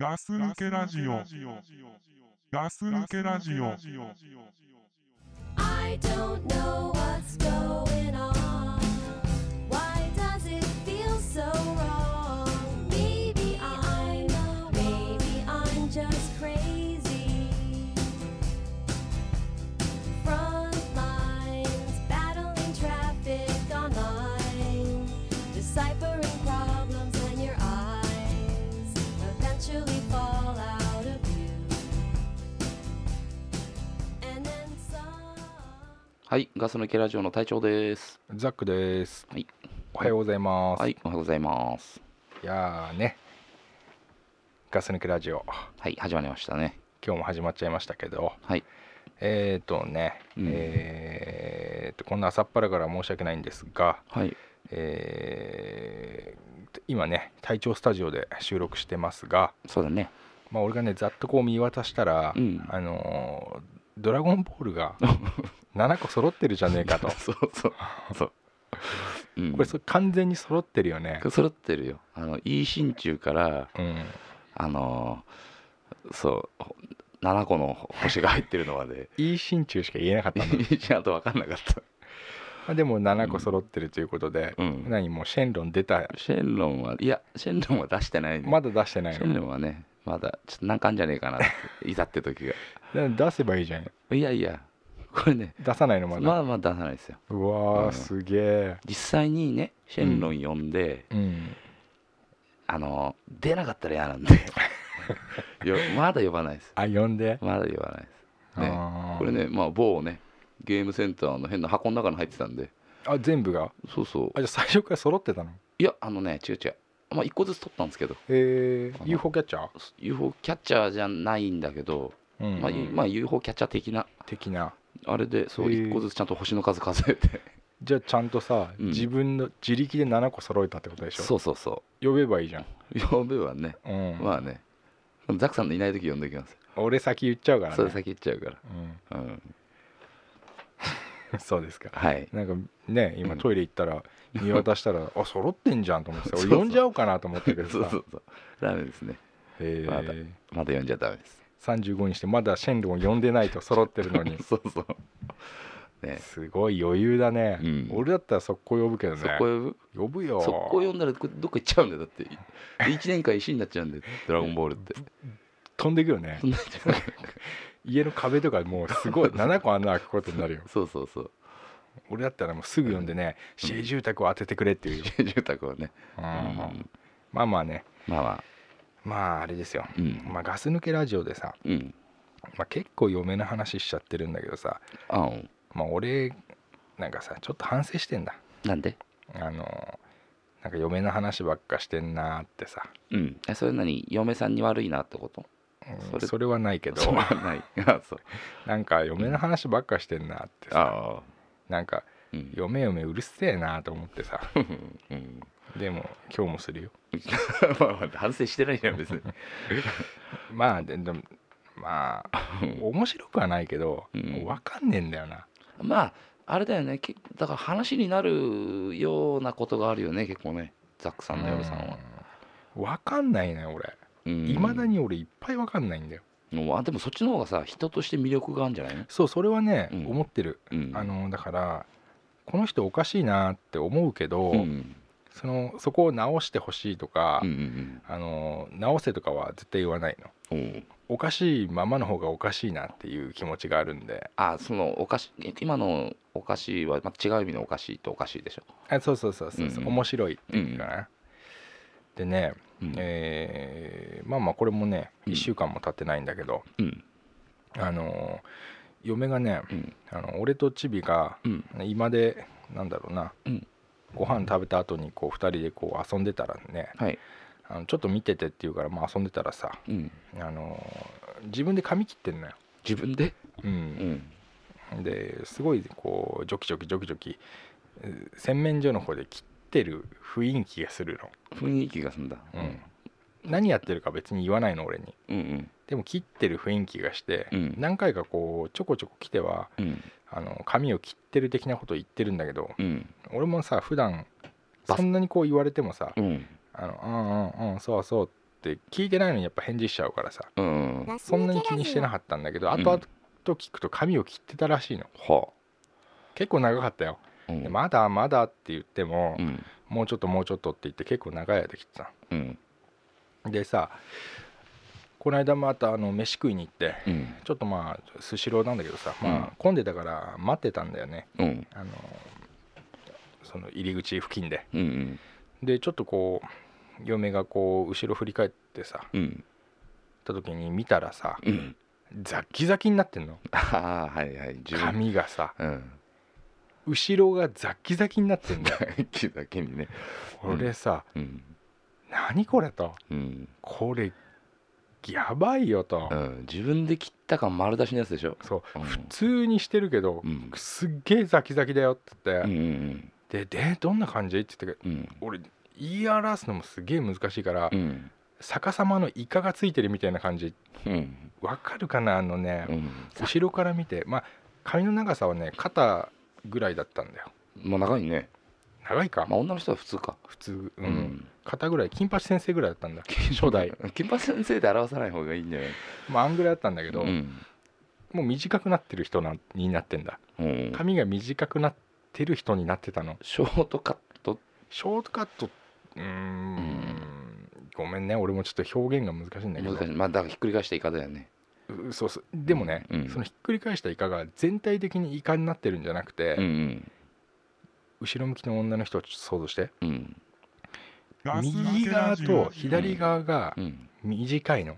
ガス抜けラジオ。ガス抜けラジオ。 I don't know what's going on. Why does it feel so wrong? Maybe I'm maybe I'm just crazy. Front lines, battling traffic online, deciphering problems in your eyes, eventually fall out of view. And then some. はい、ガス抜けラジオの隊長です。ザックです。はい、おはようございます。、はいい、おはようございます。やーね、ガス抜けラジオ、はい、始まりましたね。今日も始まっちゃいましたけど、はい、えーとね、うんえーと、こんな朝っぱらから申し訳ないんですが、はい、えー今ね、隊長スタジオで収録してますが、そうだね。まあ、俺がね、ざっとこう見渡したら、うん。あのードラゴンボールが7個揃ってるじゃねえかと そう そう、そう。うん、これそ完全に揃ってるよね。揃ってるよ。あの、いい心中から、うん、あのーそう、ほ7個の星が入ってるのま で、いい心中しか言えなかったんだけどちゃんと分かんなかった。まあ、でも7個揃ってるということで、うん何もうシェンロン出たシェンロンは、いや、シェンロンは出してないね。まだ出してないシェンのロンはね、まだ、ちょっとなんかあんじゃねえかなって、いざって時が。だ出せばいいじゃんいやいや、これね、出さないのまだ、まあまあ出さないですよ。うわー、うんすげえ実際にねシェンロン呼んで、うんあの出なかったら 嫌なんでよまだ呼ばないですあ呼んで、まだ呼ばないですねあーこれねまあ某ねゲームセンターの変な箱の中に入ってたんであ全部がそうそうあじゃあ最初から揃ってたのいやあのね違う違うまあ1個ずつ取ったんですけどえかー、な UFO キャッチャ UFO キャッチャーじゃないんだけど、ー、うんまあいまあ、UFO キャッチャー的な的なあれでそうへー1個ずつちゃんと星の数数えてじゃあちゃんとさ、うん自分の自力で7個揃えたってことでしょそうそうそ呼べばいいじゃん、う呼べばねうんまあねでもザクさんのいない時呼んできますよ俺先言っちゃうからねそれ先言っちゃうかうん、 ら、うん、そうですかはいなんかねう今んトイレ行ったら 見渡したら、あ揃ってんじゃんと思ってさそう俺そう呼んじゃおうかなと思ったけどさそうそうそうダメですねえまだーまだ読んじゃダメです35にしてまだシェンロン呼んでないと揃ってるのに そうそうねすごい余裕だね、うん俺だったら速攻呼ぶけどねそこ呼ぶ呼ぶよそこ読んだらどっかどっか行っちゃうんだよだって1年間石になっちゃうんだよ「ドラゴンボール」って飛んでくよねそんなに行っちゃ家の壁とかもうす ごい7個穴開くことになるようそうそうそう俺だったらもうすぐ呼んでね、市営住宅を当ててくれっていうよ、住宅はねうんうんまあまあねまあまあまああれですよ、うんまあ、ガス抜けラジオでさ、うんまあ、結構嫁の話しちゃってるんだけどさ、あうんまあ、俺なんかさちょっと反省してんだなんであのなんか嫁の話ばっかしてんなーってさうんえそれ何嫁さんに悪いなってことうんそそれれはないけどそうはないあそうなんか嫁の話ばっかしてんなってさああなんかうん嫁嫁うるせえなと思って さうんでも今日もするよまあまあ反省してないじゃん別にまあででもまあ面白くはないけど、うんもう分かんねえんだよなまああれだよねけだから話になるようなことがあるよね結構ねザックさんの嫁さんはうん分かんないね俺いまだに俺いっぱい分かんないんだよもうあでもそっちの方がさ人として魅力があるんじゃないの、そうそれはね、うん思ってる、うん、あのだからこの人おかしいなって思うけど、うんうんそのそこを直してほしいとか、うんあの直せとかは絶対言わないのうんおうおかしいままの方がおかしいなっていう気持ちがあるんであそのおかしえ今のおかしいは、まあ、違う意味のおかしいとおかしいでしょあそうそうそうそうそう、うんうん面白いっていうかな、でね、うんえーまあまあこれもねうん1週間も経ってないんだけど、うんあの嫁がねうんあの俺とチビがうん今でなんだろうな、うんご飯食べた後にこう2人でこう遊んでたらねはいあのちょっと見ててって言うから、まあ、遊んでたらさうんあの自分で髪切ってんのよ、自分でう、うんんですごいこうジョキジョキジョキジョキえー洗面所の方で切ってる雰囲気がする雰囲気がすんだの、うん、何やってるか別に言わないの俺にうんでも切ってる雰囲気がして、うん何回かこうちょこちょこ来てはうんうんあの髪を切ってる的なことを言ってるんだけどうん俺もさ普段バスそんなにこう言われてもさうん「あのうんうんうんそうそう」って聞いてないのにやっぱ返事しちゃうからさうんはそんなに気にしてなかったんだけどうん後々聞くと髪を切ってたらしいの結構長かったよあうんでまだまだって言ってもうんもうちょっともうちょっとって言って結構長い間切ってたうんのでさこの間またあの飯食いに行ってうんちょっとまあスシローなんだけどさうんまあ混んでたから待ってたんだよねうんあのその入り口付近でうんうんでちょっとこう嫁がこう後ろ振り返ってさうんった時に見たらさうん ザッキザキになってんのああはいはい自分髪がさうん 後ろがザッキザキになってんだよ木だけにねうん俺さうん何これとうんこれやばいよとうん自分で切った感丸出しのやつでしょそううん普通にしてるけどうんすっげえザキザキだよって言うんっうんてででどんな感じって言ってうんうん俺言い表すのもすげえ難しいからうん逆さまのイカがついてるみたいな感じうんわかるかなあのねうん後ろから見てまあ髪の長さはね肩ぐらいだったんだよまあ長いね長いかまあ女の人は普通か普通、ううん肩ぐらい金八先生ぐらいだったんだ初代 金髪先生で表さない方がいいんじゃないまああんぐらいだったんだけど、うんもう短くなってる人なになってんだうん髪が短くなってる人になってたのショートカットショートカットうーんごめんね俺もちょっと表現が難しいんだけど難しいまあだからひっくり返したイカだよねうそうそうでもね、うんそのひっくり返したイカが全体的にイカになってるんじゃなくて、うん後ろ向きの女の人をちょっと想像してうんうん右側と左側がうん短いの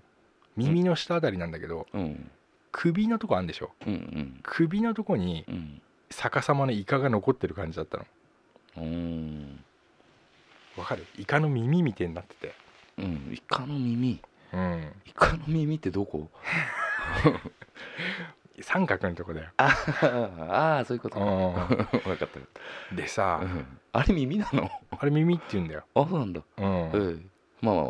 耳の下あたりなんだけどうん首のとこあるんでしょうんうん首のとこにうん逆さまのイカが残ってる感じだったのうんわかるイカの耳みたいになっててうんイカの耳うんイカの耳ってどこ三角のとこだよ、 ああそういうことかわうかったん、でさうんあれ耳なのあれ耳って言うんだよ、あそうなんだうん、うへんまあまあ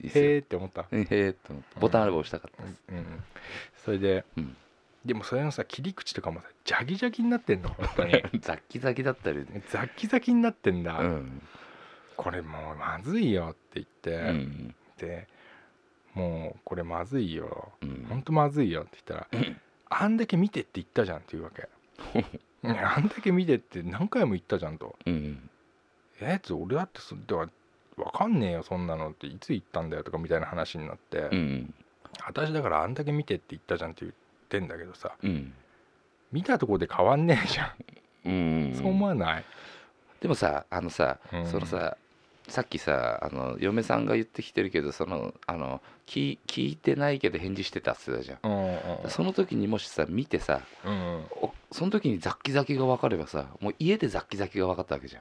いいっすよえって思った、うんへえと思ってボタンあれば押したかったうでんす、それで、うんでもそれのさ切り口とかもさジャギジャギになってんの本当にザッキザキだったりねザッキザキになってんだ、うんこれもうまずいよって言って、うんでもうこれまずいようほんんとまずいよって言ったら「あんだけ見てって言ったじゃん」って言う わけ「うんあんだけ見てって何回も言ったじゃん」とうん「えっ?」つ俺だってそでは分かんねえよそんなの」っていつ言ったんだよとかみたいな話になって、うん私だから「あんだけ見てって言ったじゃん」って言ってんだけどさうん見たとこで変わんねえじゃん、うんそう思わない、でもさあのさ、うんそのささっきさあの嫁さんが言ってきてるけどそのあの聞聞いてないけど返事してたっつってたじゃん、うんうんその時にもしさ見てさうんうんおその時にザッキザキが分かればさもう家でザッキザキが分かったわけじゃ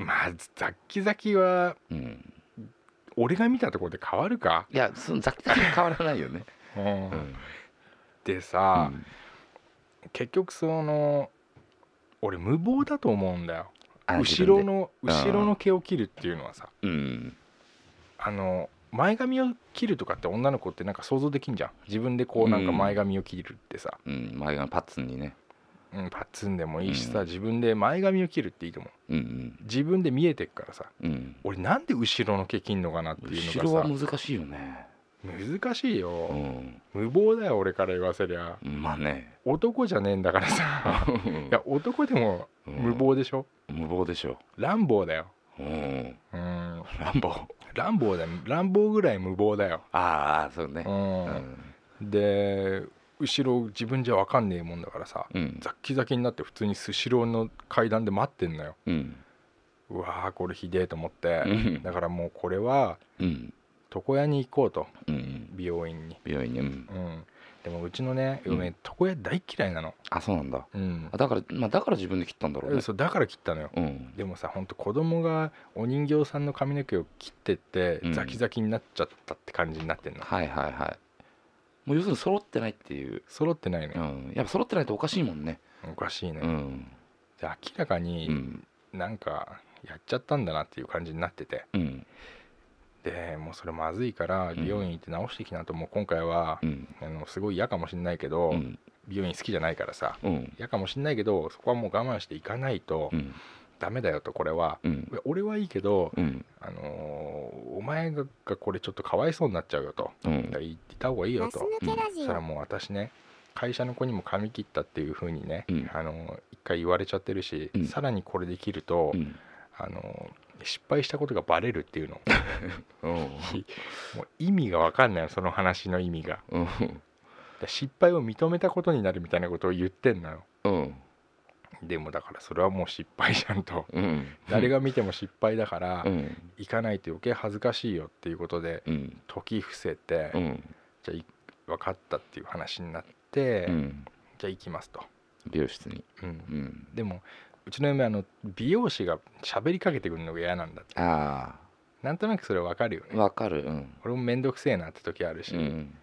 んまあザッキザキはうん俺が見たとこで変わるか、いやそのザッキザキは変わらないよねうんうんでさ、結局その俺無謀だと思うんだよあ自後分でろの後ろの毛を切るっていうのはさうんあの前髪を切るとかって女の子ってなんか想像できんじゃん自分でこうなんか前髪を切るってさ、うん前がパッツンにねうん、パッツンでもいいしさ、うん自分で前髪を切るっていいと思ううん自分で見えてっからさうんうん俺なんで後ろの毛切んのかなっていう後のろがはさ難しいよね難しいうよ、ん無謀だよ俺から言わせりゃまあね男じゃねえんだからさいや男でもうん無謀でしょ、無謀でしょ乱暴だようんうん乱暴乱暴だよ乱暴ぐらい無謀だよ、ああそうねうんで後ろ自分じゃ分かんねえもんだからさうんザッキザキになって普通にスシローの階段で待ってんのようんうわーこれひでえと思ってうんだからもうこれはうん床屋に行こうとうん美容院に病院にうんうんでもうちのねうん嫁、床屋大嫌いなのあそうなんだうんあだからまあだから自分で切ったんだろうねそうだから切ったのようんでもさほんと子供がお人形さんの髪の毛を切ってってうんザキザキになっちゃったって感じになってんの、はいはいはいもう要するに揃ってないっていう揃ってないのうよ、んやっぱ揃ってないとおかしいもんねおかしいね、うんで明らかうにんなんかやっちゃったんだなっていう感じになっててうんでもうそれまずいからん美容院行って直してきなともう今回はう、んあのすごい嫌かもしんないけど、うん美容院好きじゃないからさうん嫌かもしんないけどそこはもう我慢していかないと、うんダメだよとこれはうんいや俺はいいけど、うんあのーお前がこれちょっとかわいそうになっちゃうよとうだんから言った方がいいよガスと抜けラジそオしたらもう私ね会社の子にも髪切ったっていう風にね、うんあのー一回言われちゃってるし、うんさらにこれで切ると、うんあのー失敗したことがバレるっていうの うんもう意味が分かんないよその話の意味がだかうんら失敗を認めたことになるみたいなことを言ってんのようんでもだからそれはもう失敗じゃんとうん誰が見ても失敗だから、うん行かないと余計恥ずかしいよっていうことでうん時伏せて、うんじゃあい分かったっていう話になって、うんじゃあ行きますと、美容室にうんうんでもうちの嫁あの美容師が喋りかけてくるのが嫌なんだってあなんとなくそれ分かるよねあわかるうん俺も面倒くせえなって時あるし、うん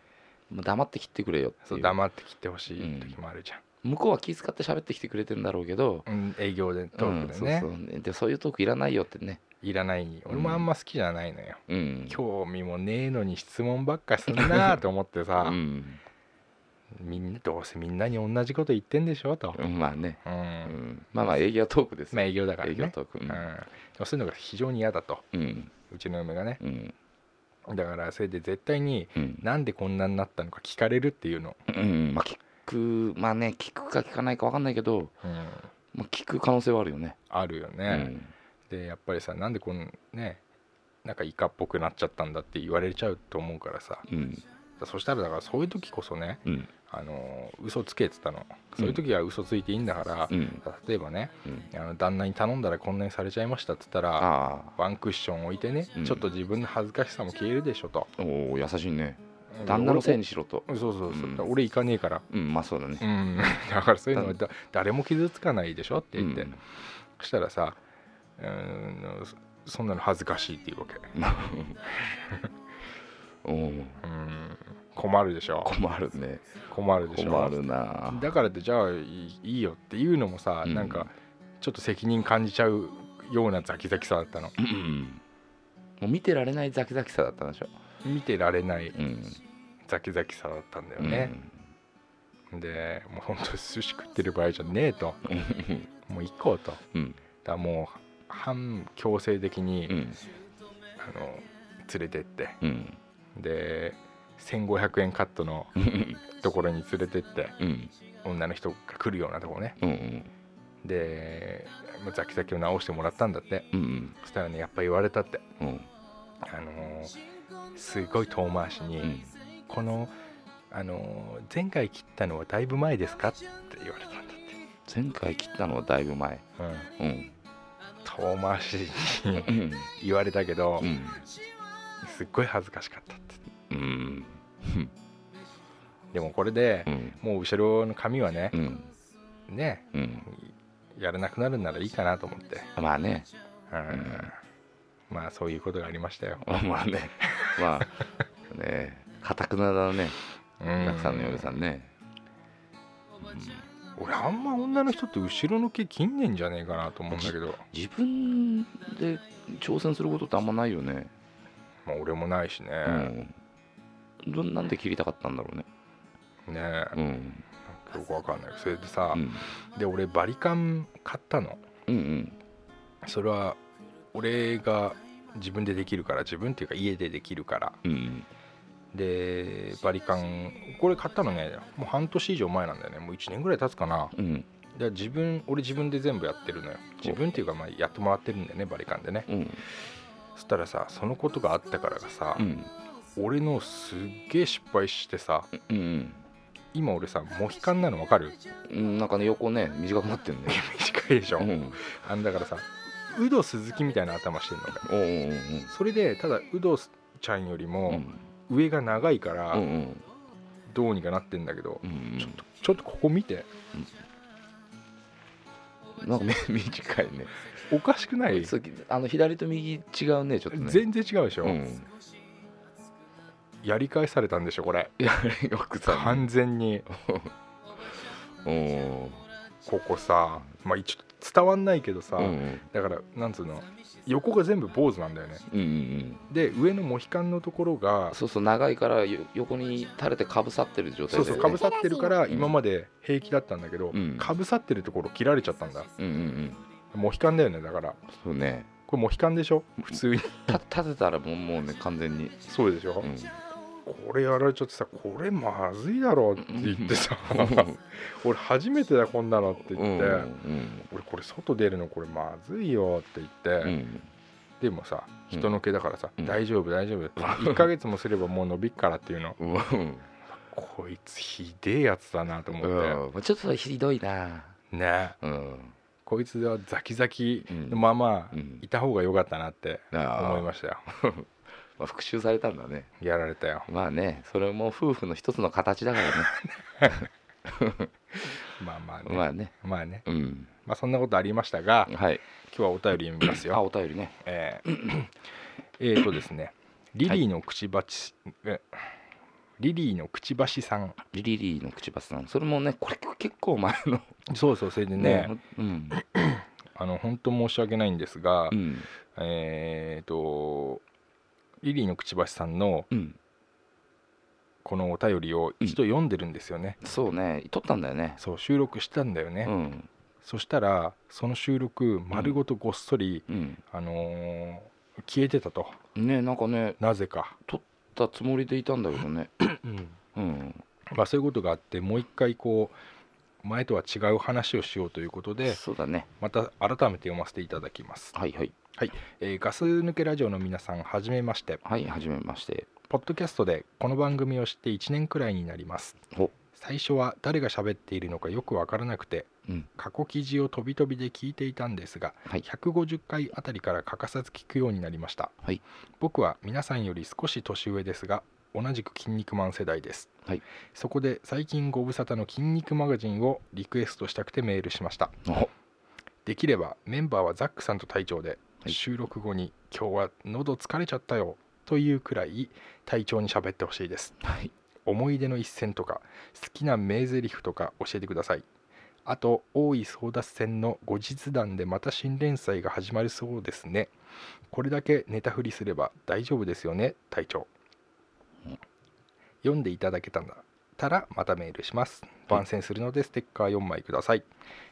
もう黙って切ってくれよっていうそう黙って切ってほしい時もあるじゃん、向こうは気遣って喋ってきてくれてるんだろうけどうん営業でトークでね、うん、そうそうでそういうトークいらないよってねいらない俺もあんま好きじゃないのよ、うん興味もねえのに質問ばっかすん なと思ってさ、うんみんなどうせみんなに同じこと言ってんでしょと、うんまあね、ううんん、まあまあ営業トークですまあよ、営業だから営業ね、トークううんんでもそういうのが非常に嫌だとうんうちの嫁がねうんだからそれで絶対にうんなんでこんなになったのか聞かれるっていうの、うんまあ聞くまあね聞くか聞かないかわかんないけど、うんまあ、聞く可能性はあるよね、あるようね、ん、でやっぱりさなんでこんねなんかイカっぽくなっちゃったんだって言われちゃうと思うからさうんそしたらだからそういう時こそねうんあの嘘つけっつったのそういう時は嘘ついていいんだから、うん例えばねうんあの旦那に頼んだらこんなにされちゃいましたっつったらあワンクッション置いてね、うんちょっと自分の恥ずかしさも消えるでしょとあおお優しいね旦那のせいにしろとそうそうそう、うん俺行かねえから、うんまあそうだねう、ん、だからそういうのはだ誰も傷つかないでしょってう言って、ん、そしたらさうーんそそんなの恥ずかしいっていうわけ、 おおうん、困るでしょ困るね困るでしょ困るなだからってじゃあいいいいよっていうのもさ、うんなんかちょっと責任感じちゃうようなザキザキさだったのうんもう見てられないザキザキさだったんでしょ、見てられないうんザキザキさだったんだようんね、でもうほんと寿司食ってる場合じゃねえ とうんもう行こうとだかうんらもう半強制的に、うんあの連れてってうんで1500円カットのうんところに連れてってうん女の人が来るようなとこねうんでまあザキザキを直してもらったんだってうんそしたらねやっぱ言われたってうんあのーすごい遠回しに、うんこの、あのー前回切ったのはだいぶ前ですかって言われたんだ前回切ったのはだいぶ前って、うん遠回しにうん言われたけど、うんすっごい恥ずかしかったってうんでもこれでう、んもう後ろの髪はねう、んねうんやらなくなるんならいいかなと思って、まあねうんんまあそういうことがありましたよ、まあねまあねかたくなだねうたくさんの嫁さんね俺あんま女の人って後ろの毛切んねんじゃねえかなと思うんだけど、自分で挑戦することってあんまないよねまあ、俺もないしね、うんどなんで切りたかったんだろうねねえうんよくわかんないそれでさ、うんで俺バリカン買ったのうんうんそれは俺が自分でできるから自分っていうか家でできるからうんでバリカンこれ買ったのねもう半年以上前なんだよねもう1年ぐらい経つかなうんで自分俺自分で全部やってるのよ自分っていうかまあやってもらってるんだよねバリカンでねうんそしたらさそのことがあったからがさ、うん俺のすっげえ失敗してさうん今俺さモヒカンなのわかる うんなんかね横ね短くなってんね短いでしょ、うんあのだからさウド鈴木みたいな頭してるの俺おうおうそれでただウドちゃんよりおううもん上が長いからうんうんどうにかなってんだけど、うんちょっとちょっとここ見てなんかめ短いねおかしくないそうあの左と右違うねちょっとね全然違うでしょ、うんやり返されたんでしょこれいや奥さん完全におおここさまあ一応伝わんないけどさ、うんうんだからなんつうの横が全部坊主なんだよねうんうんで上のモヒカンのところがそうそう長いからよ横に垂れてかぶさってる状態そうでそうねかぶさってるからん今まで平気だったんだけどうんかぶさってるところ切られちゃったんだうんうんモヒカンだよねだからそうねこれモヒカンでしょ普通にた立てたらもうもうね完全に、そうでしょ、うん、これやられちゃってさこれまずいだろって言ってさうん 俺初めてだこんなのって言うっんて、うん俺これ外出るのこれまずいよって言って、うんでもさうん人の毛だからさ、うん大丈夫大丈夫1ヶ月もすればもう伸びっからっていうのうんうんこいつひでえやつだなと思って、うんちょっとそれひどいなねうんこいつはザキザキうんのままうんいた方が良かったなって思いましたよ、まあ、復讐されたんだねやられたよまあねそれも夫婦の一つの形だからねまあまあねまあ ねまあねうんまあそんなことありましたが今はい日はお便り読みますあよお便りねえーえーとですねリリーのくちばち、えリリーのくちばしさんリリリーの口ばさんそれもねこれ結構前のそうそうそれでね、うんあの本当申し訳ないんですが、うんえーとリリーのくちばしさんのうんこのお便りを一度読んでるんですよね、そうね撮ったんだよねそう収録したんだよね、うんそしたらその収録丸ごとごっそり、うんあのー消えてたとねなんかねなぜか、撮ったつもりでいたんだけどねうんまあ、そういうことがあってもう一回こう前とは違う話をしようということでそうだねまた改めて読ませていただきます、はいはいえーガス抜けラジオの皆さんはじめましてはいはじめましてポッドキャストでこの番組を知って1年くらいになりますお最初は誰が喋っているのかよくわからなくて、うん過去記事を飛び飛びで聞いていたんですが、はい150回あたりから欠かさず聞くようになりました、はい僕は皆さんより少し年上ですが同じく筋肉マン世代です、はいそこで最近ご無沙汰の筋肉マガジンをリクエストしたくてメールしましたおできればメンバーはザックさんと隊長で、はい収録後に「今日は喉疲れちゃったよ」というくらい隊長に喋ってほしいですはい思い出の一戦とか好きな名台詞とか教えてくださいあと大井争奪戦の後日談でまた新連載が始まるそうですねこれだけネタ振りすれば大丈夫ですよね隊長うん読んでいただけたんだたらまたメールします番宣するのでステッカー4枚ください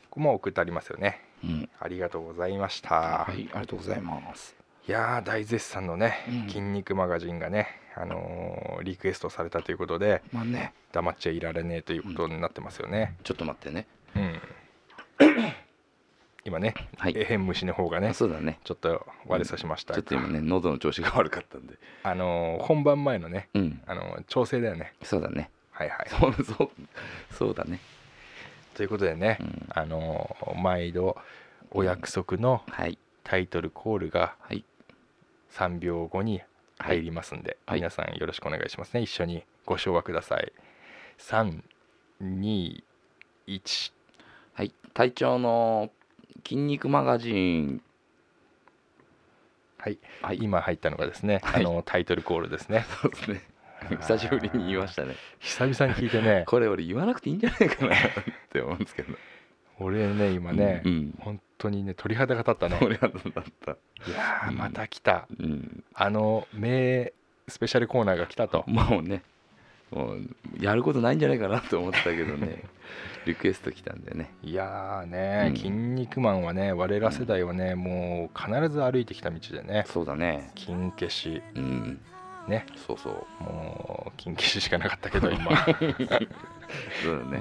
これも送ってありますよねうんありがとうございました、、はいいありがとうございますやー大絶賛のねうん「筋肉マガジン」がね、あのーリクエストされたということでまあね黙っちゃいられねえということになってますよね、ちょっと待ってねうん今ね、はいえへん虫の方がねそうだねちょっと割れさしましたちょが、っと今ね喉の調子が悪かったんであのー本番前のね、うんあのー調整だよねそうだねはいはいそうそうそうだねということでね、うんあのー毎度お約束のはいタイトルコールがはい3秒後には入いりますんで、はい皆さんよろしくお願いしますね一緒にご唱和ください321はい隊長の筋肉マガジンはい、はい今入ったのがですね、はいあのタイトルコールですねそうですね 久しぶりに言いましたね 久々に聞いてねこれ俺言わなくていいんじゃない かなって思うんですけど俺ね今ね、うん本当にね鳥肌が立ったね俺はどうだったいやーうんまた来たうんあの名スペシャルコーナーが来たともうねもうやることないんじゃないかなと思ってたけどね リクエスト来たんでねいやーね、うん筋肉マンはね我ら世代はね、もう必ず歩いてきた道でねそうだね金消しうんねそうそうもう金消ししかなかったけ ど今 そうだまあ、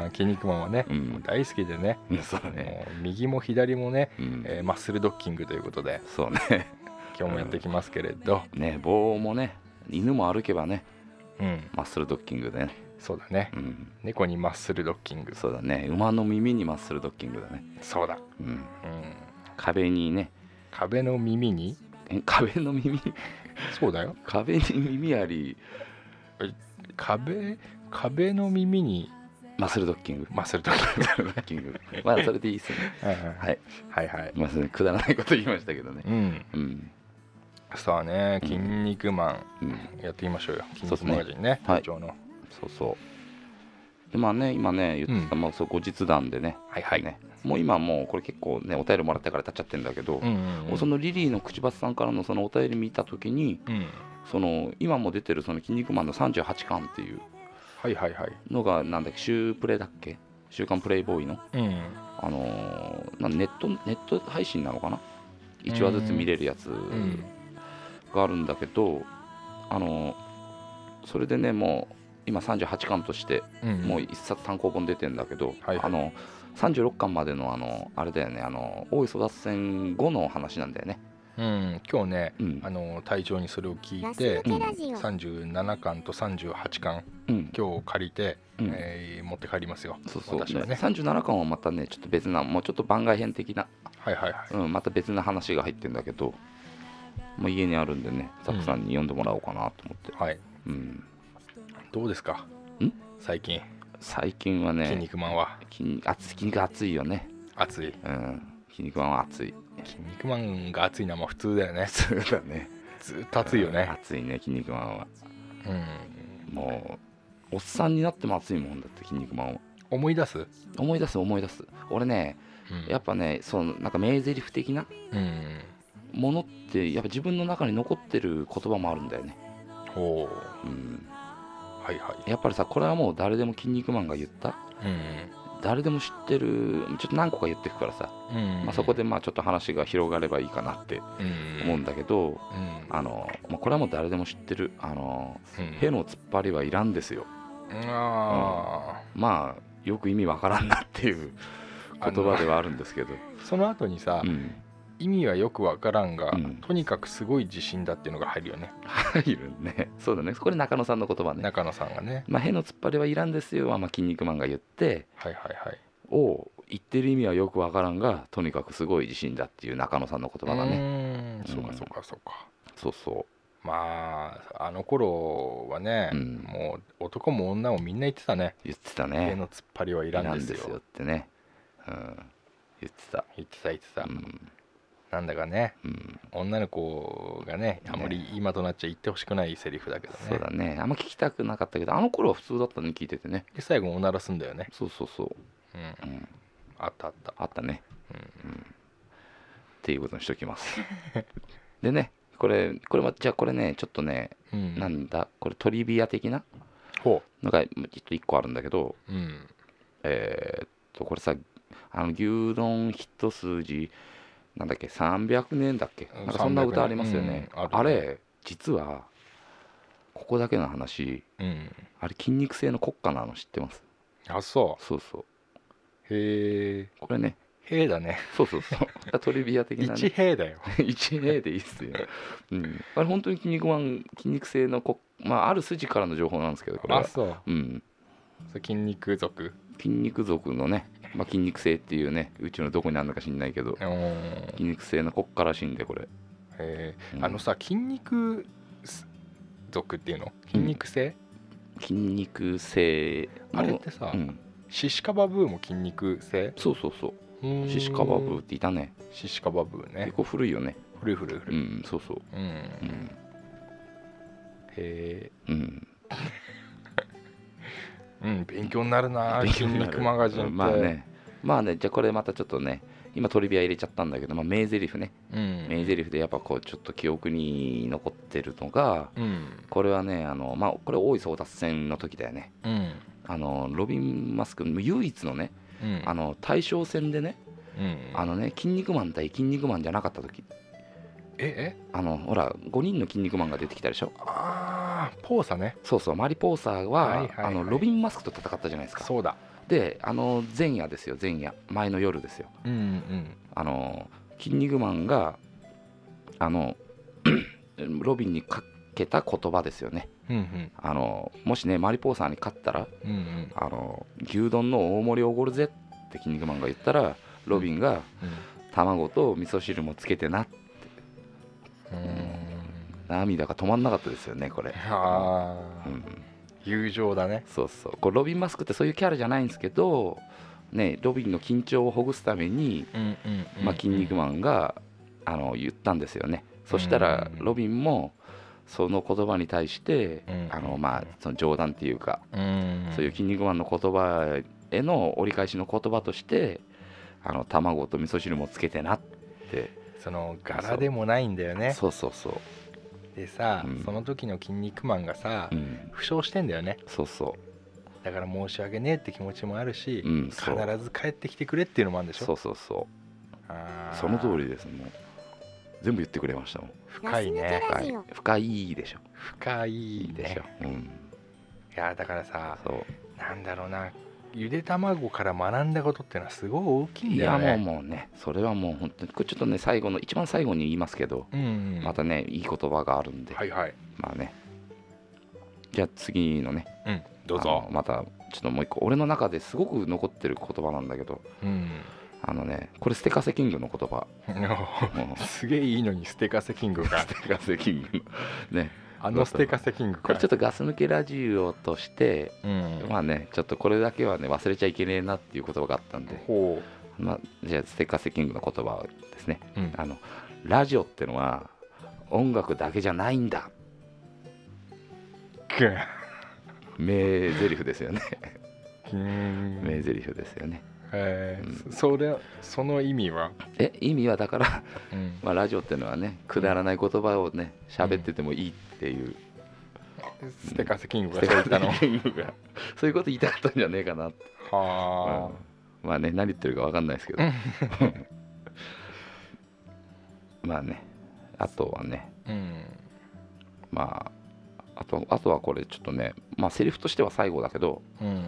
ね筋肉マンはね、うんもう大好きでね、うんそうだねもう右も左もね、うんえーマッスルドッキングということでそうね 今日もやっていきますけれど、ね棒もね犬も歩けばねうんマッスルドッキングでねそうだねうん猫にマッスルドッキングそうだね馬の耳にマッスルドッキングだねそうだ、うんうん、壁にね壁の耳にえ壁の耳 そうだよ壁に耳あり壁壁の耳にマッスルドッキング マッスルドッキング、マッスルドッキングまあそれでいいっすねはいはいはいまあそれくだらないこと言いましたけどねうんうんさあねうん筋肉マうんンやってみましょうよ筋そう肉っすねマガジンねはい部長の、そうそうでまあね今ね言ってた、うまあそう後日談でねはいはいねもう今もうこれ結構ねお便りもらったから経っちゃってんだけど、うんうんうんそのリリーのくちばしさんからのそのお便り見た時にうんその今も出てる「その筋肉マン」の38巻っていうはいはいはいのがなんだっけシュープレだっけ「週刊プレイボーイの」うんあのーなんネットネット配信なのかな1話ずつ見れるやつうんがあるんだけど、あのーそれでねもう今38巻としてうんもう1冊単行本出てんだけど、はいはいあの36巻までのあのあれだよねあの大井争奪戦後の話なんだよね、うん今日ねうんあの隊長にそれを聞いラてス抜けラジオ。 37巻と38巻うん今日借りて、うんえー持って帰りますよそうそう、私はね37巻はまたねちょっと別なもうちょっと番外編的な、はいはいはいうん、また別な話が入ってんだけどもう家にあるんでねザックさんに読んでもらおうかなと思って、はいうん、どうですかん最近最近「は筋ね肉マン」は筋あ筋肉が熱いよね熱いうん筋肉マンは熱い筋肉マンが熱いのはまあ普通だよね そうだねずっと熱いよね熱いね筋肉マンはうんもうおっさんになっても熱いもんだって筋肉マンは思い出す思い出す思い出す俺ねうんやっぱねそのなんか名台詞的なうんものってやっぱ自分の中に残ってる言葉もあるんだよねほううんはいはやっぱりさこれはもう誰でも「筋肉マン」が言ったいうん誰でも知ってるちょっと何個か言ってくからさ、うんまあ、そこでまあちょっと話が広がればいいかなってうん思うんだけど、うんあのまあ、これはもう誰でも知ってるあのうんへの突っ張りはいらんですよあまあよく意味わからんなっ ていうあ言の葉ではあるんですけど、ーその後にさ うん、意味はよくわからんがうんとにかくすごい自信だっていうのが入るよね入るねそうだねこれ中野さんの言葉ね中野さんがね「まあ、への突っ張りはいらんですよ」は、まあ、筋肉マンが言ってはいはいはい「お言ってる意味はよくわからんがとにかくすごい自信だ」っていう中野さんの言葉がね、ねそうかそうかそうかそうそまああの頃はね、うんもう男も女もみんな言ってたねう言ってた家ねの突っ張りはいらんですよいらんってね、うん、言ってた言ってた言ってた、うんなんだかねうん女の子がねあんまり今となっちゃ言ってほしくないセリフだけどねそうだねあんま聞きたくなかったけどあの頃は普通だったね聞いててねで最後おならすんだよね、そうそうそう、うん、うん、あったあったあったねうんっていうことにしときます でねこれこれはじゃあこれねちょっとね、うんなんだこれトリビア的なほのがちょっと1個あるんだけどううんえーっとこれさあの牛丼一筋なんだっけ300年だっけうんなんかそんな歌ありますよね,、 300年うんああるねれ実はここだけの話うんあれ筋肉性の国家なの知ってますあそそうそううへえこれねへえだねそうそ うそうだからトリビア的な一ねへえだよ 1A でいいっすよ、うん、あれ本当に筋肉マン筋肉性の国まあある筋からの情報なんですけどこれはあそううんそれ筋肉族筋肉族のね、まあ、筋肉性っていうね宇宙のどこにあるのか知んないけどうんへ筋肉性の国家らしいんでこれえうんあのさ筋肉族っていうの筋肉性、筋肉性のあれってさ、うん、シシカバブーも筋肉性そうそうそうシシカバブーっていたねシシカバブー結ね構古いよね古い古いう古いんそうそううん、うへんえうんうん勉強になるな 勉筋強になる肉マガジンってまあねまあねじゃあこれまたちょっとね今トリビア入れちゃったんだけど、まあ、名台詞ねうん名台詞でやっぱこうちょっと記憶に残ってるのがうんこれはねあのまあこれ大井争奪戦の時だよねうんあのロビン・マスク唯一のねうんあの大将戦でねうんあのね「筋肉マン対筋肉マン」じゃなかった時ええあのほら5人の筋肉マンが出てきたでしょああポーサねそうそうマリ・ポーサーは,、はいはいはいあのロビン・マスクと戦ったじゃないですかそうだであの前夜ですよ前夜前の夜ですようんうんあの筋肉マンがあの ロビンにかけた言葉ですよねうんうんあのもしねマリポーさんに勝ったらうんうんあの牛丼の大盛りおごるぜって筋肉マンが言ったらロビンが卵と味噌汁もつけてなうんうん涙が止まんなかったですよねこれ、あうーん、友情だねそうそうこうロビン・マスクってそういうキャラじゃないんですけど、ね、ロビンの緊張をほぐすために、うんうんまあ、筋肉マンがあの言ったんですよねそしたらうんロビンもその言葉に対してうんあの、まあ、その冗談っていうかうんそういう筋肉マンの言葉への折り返しの言葉としてあの卵と味噌汁もつけてなって、その柄でもないんだよねそうそうそう、でさ、うんその時の筋肉マンがさ、うん、負傷してんだよねそうそだから申し訳ねえって気持ちもあるし、うん必そうず帰ってきてくれっていうのもあるんでしそょうそうそうあーその通りですもう全部言ってくれましたもん深いね深い深いでしょ深いでしょ、うんいやだからさそなんだろうなゆで卵から学んだことってのはすごい大きういんいだやよもねうもうねそれはもう本当にこれちょっとね最後の一番最後に言いますけどうんうんまたねいい言葉があるんで、はいはいまあねじゃあ次のねうんどうあのぞまたちょっともう一個俺の中ですごく残ってる言葉なんだけどうんあのねこれステカセキングの言葉も うすげえいいのにステカセキング がステカセキングのねあのステカセキングこかれちょっとガス抜けラジオとしてうんまあねちょっとこれだけはね忘れちゃいけねえなっていう言葉があったんで、ほまあ、じゃあステカセキングの言葉ですねう、うんあのラジオってのは音楽だけじゃないんだく名台詞ですよねうん名台詞ですよねえーうんそそれその意味は、え意味はだから、うんまあ、ラジオってのはねくだらない言葉をね喋っててもいいっていう、ステカセキングがそう言ったのキングがそういうこと言いたかったんじゃねえかなってはあ、うんまあね何言ってるか分かんないですけどまあねあとはねうんまああとあとはこれちょっとねまあセリフとしては最後だけどうん、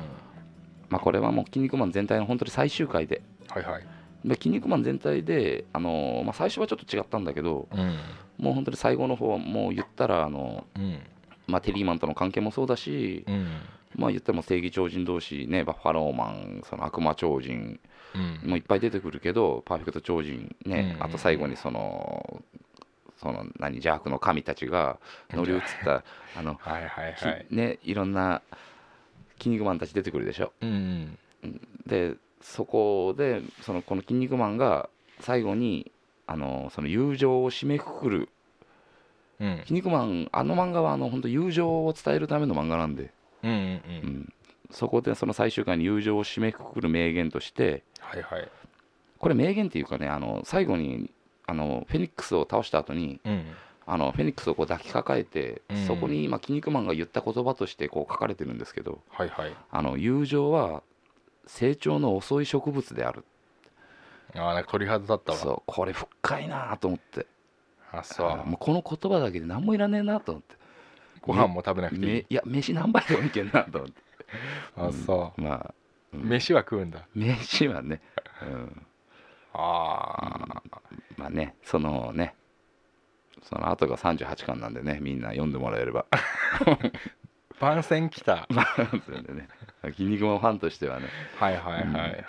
まあこれはもう「筋肉マン」全体の本当に最終回ではいはい、で筋肉マン全体で、あのーまあ、最初はちょっと違ったんだけどうんもう本当に最後の方はもう言ったら、あのうんまあ、テリーマンとの関係もそうだし、うんまあ、言ったらもう正義超人同士、ね、バッファローマンその悪魔超人うんもいっぱい出てくるけどパーフェクト超人、ねうんあと最後にそのその何邪悪の神たちが乗り移ったあの、はいはいきはい、ね、いろんな筋肉マンたち出てくるでしょ。うんでそこでそのこの「筋肉マン」が最後にあのその友情を締めくくるうん「筋肉マン」あの漫画はあの本当友情を伝えるための漫画なんで、うんうんううんん、そこでその最終回に友情を締めくくる名言としてはいはいこれ名言っていうかねあの最後にあのフェニックスを倒した後にうんあのフェニックスをこう抱きかかえて、うんそこに今「筋肉マン」が言った言葉としてこう書かれてるんですけどはいはいあの友情は成長の遅い植物であるあーなんか鳥肌立ったわそうこれ深いなと思ってあそうあもうこの言葉だけで何もいらねえなと思ってご飯も食べなくていめいいや飯何杯でもいけんなと思ってあそまあううん飯は食うんだ飯はね、うん、ああまあねそのねその後が38巻なんでねみんな読んでもらえれ ば番宣来たそれでね筋肉マンファンとしてはねはいはいはいはい、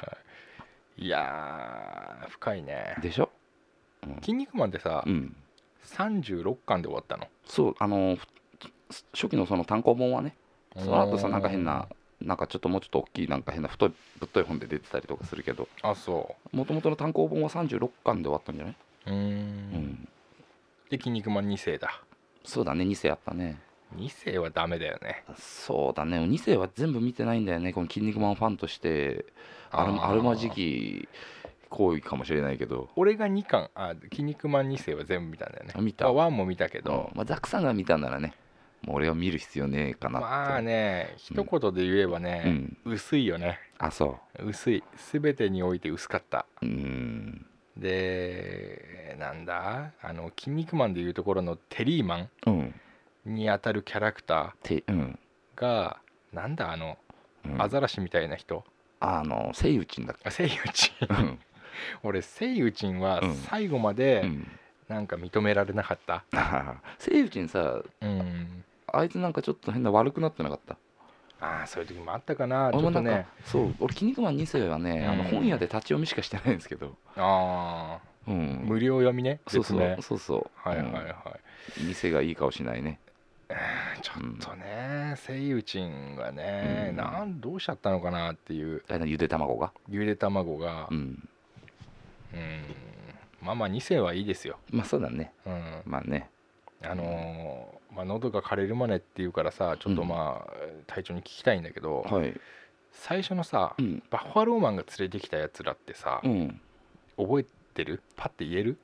いやー深いねでしょ「筋肉マン」ってさ、うん36巻で終わったのそうあのふ初期のその単行本はねその後さなんか変ななんかちょっともうちょっと大きいなんか変な太いぶっとい本で出てたりとかするけどあそもともとの単行本は36巻で終わったんじゃないううーんうん、で「筋肉マン」2世だそうだね2世あったね2世はダメだよねそうだね2世は全部見てないんだよねこの「筋肉マン」ファンとしてあるーあるまじき行為かもしれないけど、俺が2巻あ「筋肉マン」2世は全部見たんだよねあ見たまあ1も見たけうどんまあ、ザックさんが見たんならねもう俺は見る必要ねえかなってまあね一言で言えばうね、ん薄いよねあそ薄い全てにおいて薄かったううんでなんだあの「筋肉マン」でいうところのテリーマンうんにあたるキャラクタてうん、ーがなんだあのうん、アザラシみたいな人、あのセイウチンだっけあセイウチン うん俺セイウチンはうん最後まうでんなんか認められなかったあははセイウチンさうんあいつなんかちょっと変な悪くなってなかったああそういう時もあったかなち俺ょもっなとんか、ねそう俺「筋肉マン2世」はね、あのうん本屋で立ち読みしかしてないんですけど、ああうん無料読みねそうそう、説そうそう明はいはいはい、うん店がいい顔しないねちょっとねセイウチンがね、うんなんどうしちゃったのかなっていうあれゆで卵がゆで卵がう、んうん、まあまあ2世はいいですよ、まあそうだねうん、まあねあのーまあ、喉が枯れるまでっていうからさちょっとまあ、体調に聞きたいんだけど、はい最初のさうんバッファローマンが連れてきたやつらってさ、うん覚えてるパッて言える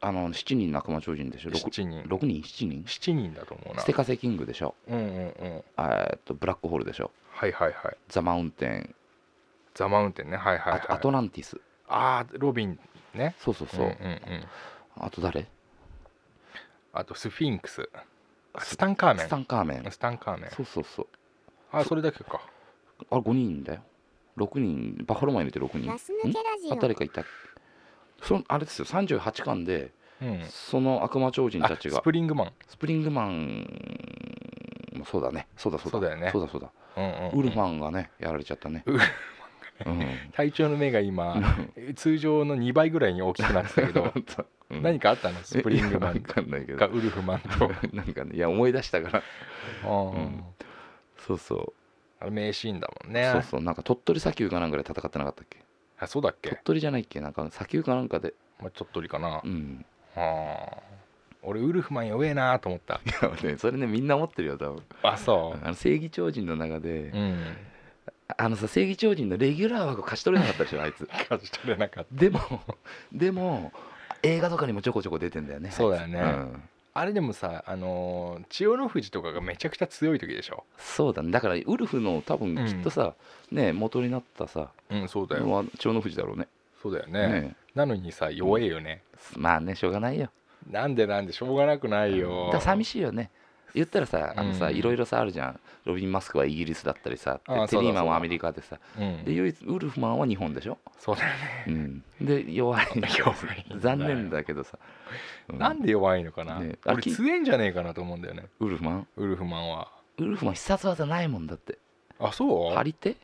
あの7人仲間超人でしょ 6, 7人6人7人7人だと思うなステカセキングでしょうんうんうんあーえっとブラックホールでしょはいはいはいザ・マウンテン、ザ・マウンテンねはいはいはいあとアトランティスあーロビンねそうそうそんう、うんうんあと誰あとスフィンクススタンカーメンスタン・カーメンスタンカーメンそうそうそうあそれだけかあれ5人だよ6人バッファローマン入れて6人ガス抜けラジあオ誰かいたそのあれですよ38巻で、うんその悪魔超人あたちスがプリングマンスプリングマンもそうだねそうだそうそだうだよねそうだそうだ、うんうんうんウルファンがねやられちゃったね ウルフうん体長の目が今通常の2倍ぐらいに大きくなってたけど うん何かあったのスプリングマえいやわンかんないけかどウルフマン となんかねいや思い出したからうんそうそうあれ名シーンだもんねそうそうなんか鳥取砂丘かなんかで戦ってなかったっけあそうだっ鳥け、取じゃないっけなんか砂丘かなんかでまあ、ちょっとりかな、うんあー俺ウルフマン弱えなと思 ったいやねそれねみんな思ってるよ多分あそあの正義超人の中でううんあのさ正義超人のレギュラー枠貸し取れなかったでしょあいつ感じ取れなかっでも でも映画とかにもちょこちょこ出てんだよねそうだよねあいつうんたあれでもさあのー千代の富士とかがめちゃくちゃ強い時でしょそうだねだからウルフの多分うんきっとさ、ね元になったさうんそうだよ、のは千代の富士だろうねそうだよねねなのにさ弱えよね、まあねしょうがないよなんでなんでしょうがなくないよだから寂しいよね言ったらさあのさ、うんいろいろさあるじゃんロビン・マスクはイギリスだったりさああでテリーマそうだそンうだはアメリカでさうんで唯一ウルフマンは日本でしょ、そうだよねうん、で弱い 弱いんだよ残念だけどさ、うなんで弱いのかな、ねあ俺き強えんじゃねえかなと思うんだよねウルフマンウルフマンはウルフマン必殺技ないもんだってあそう張り手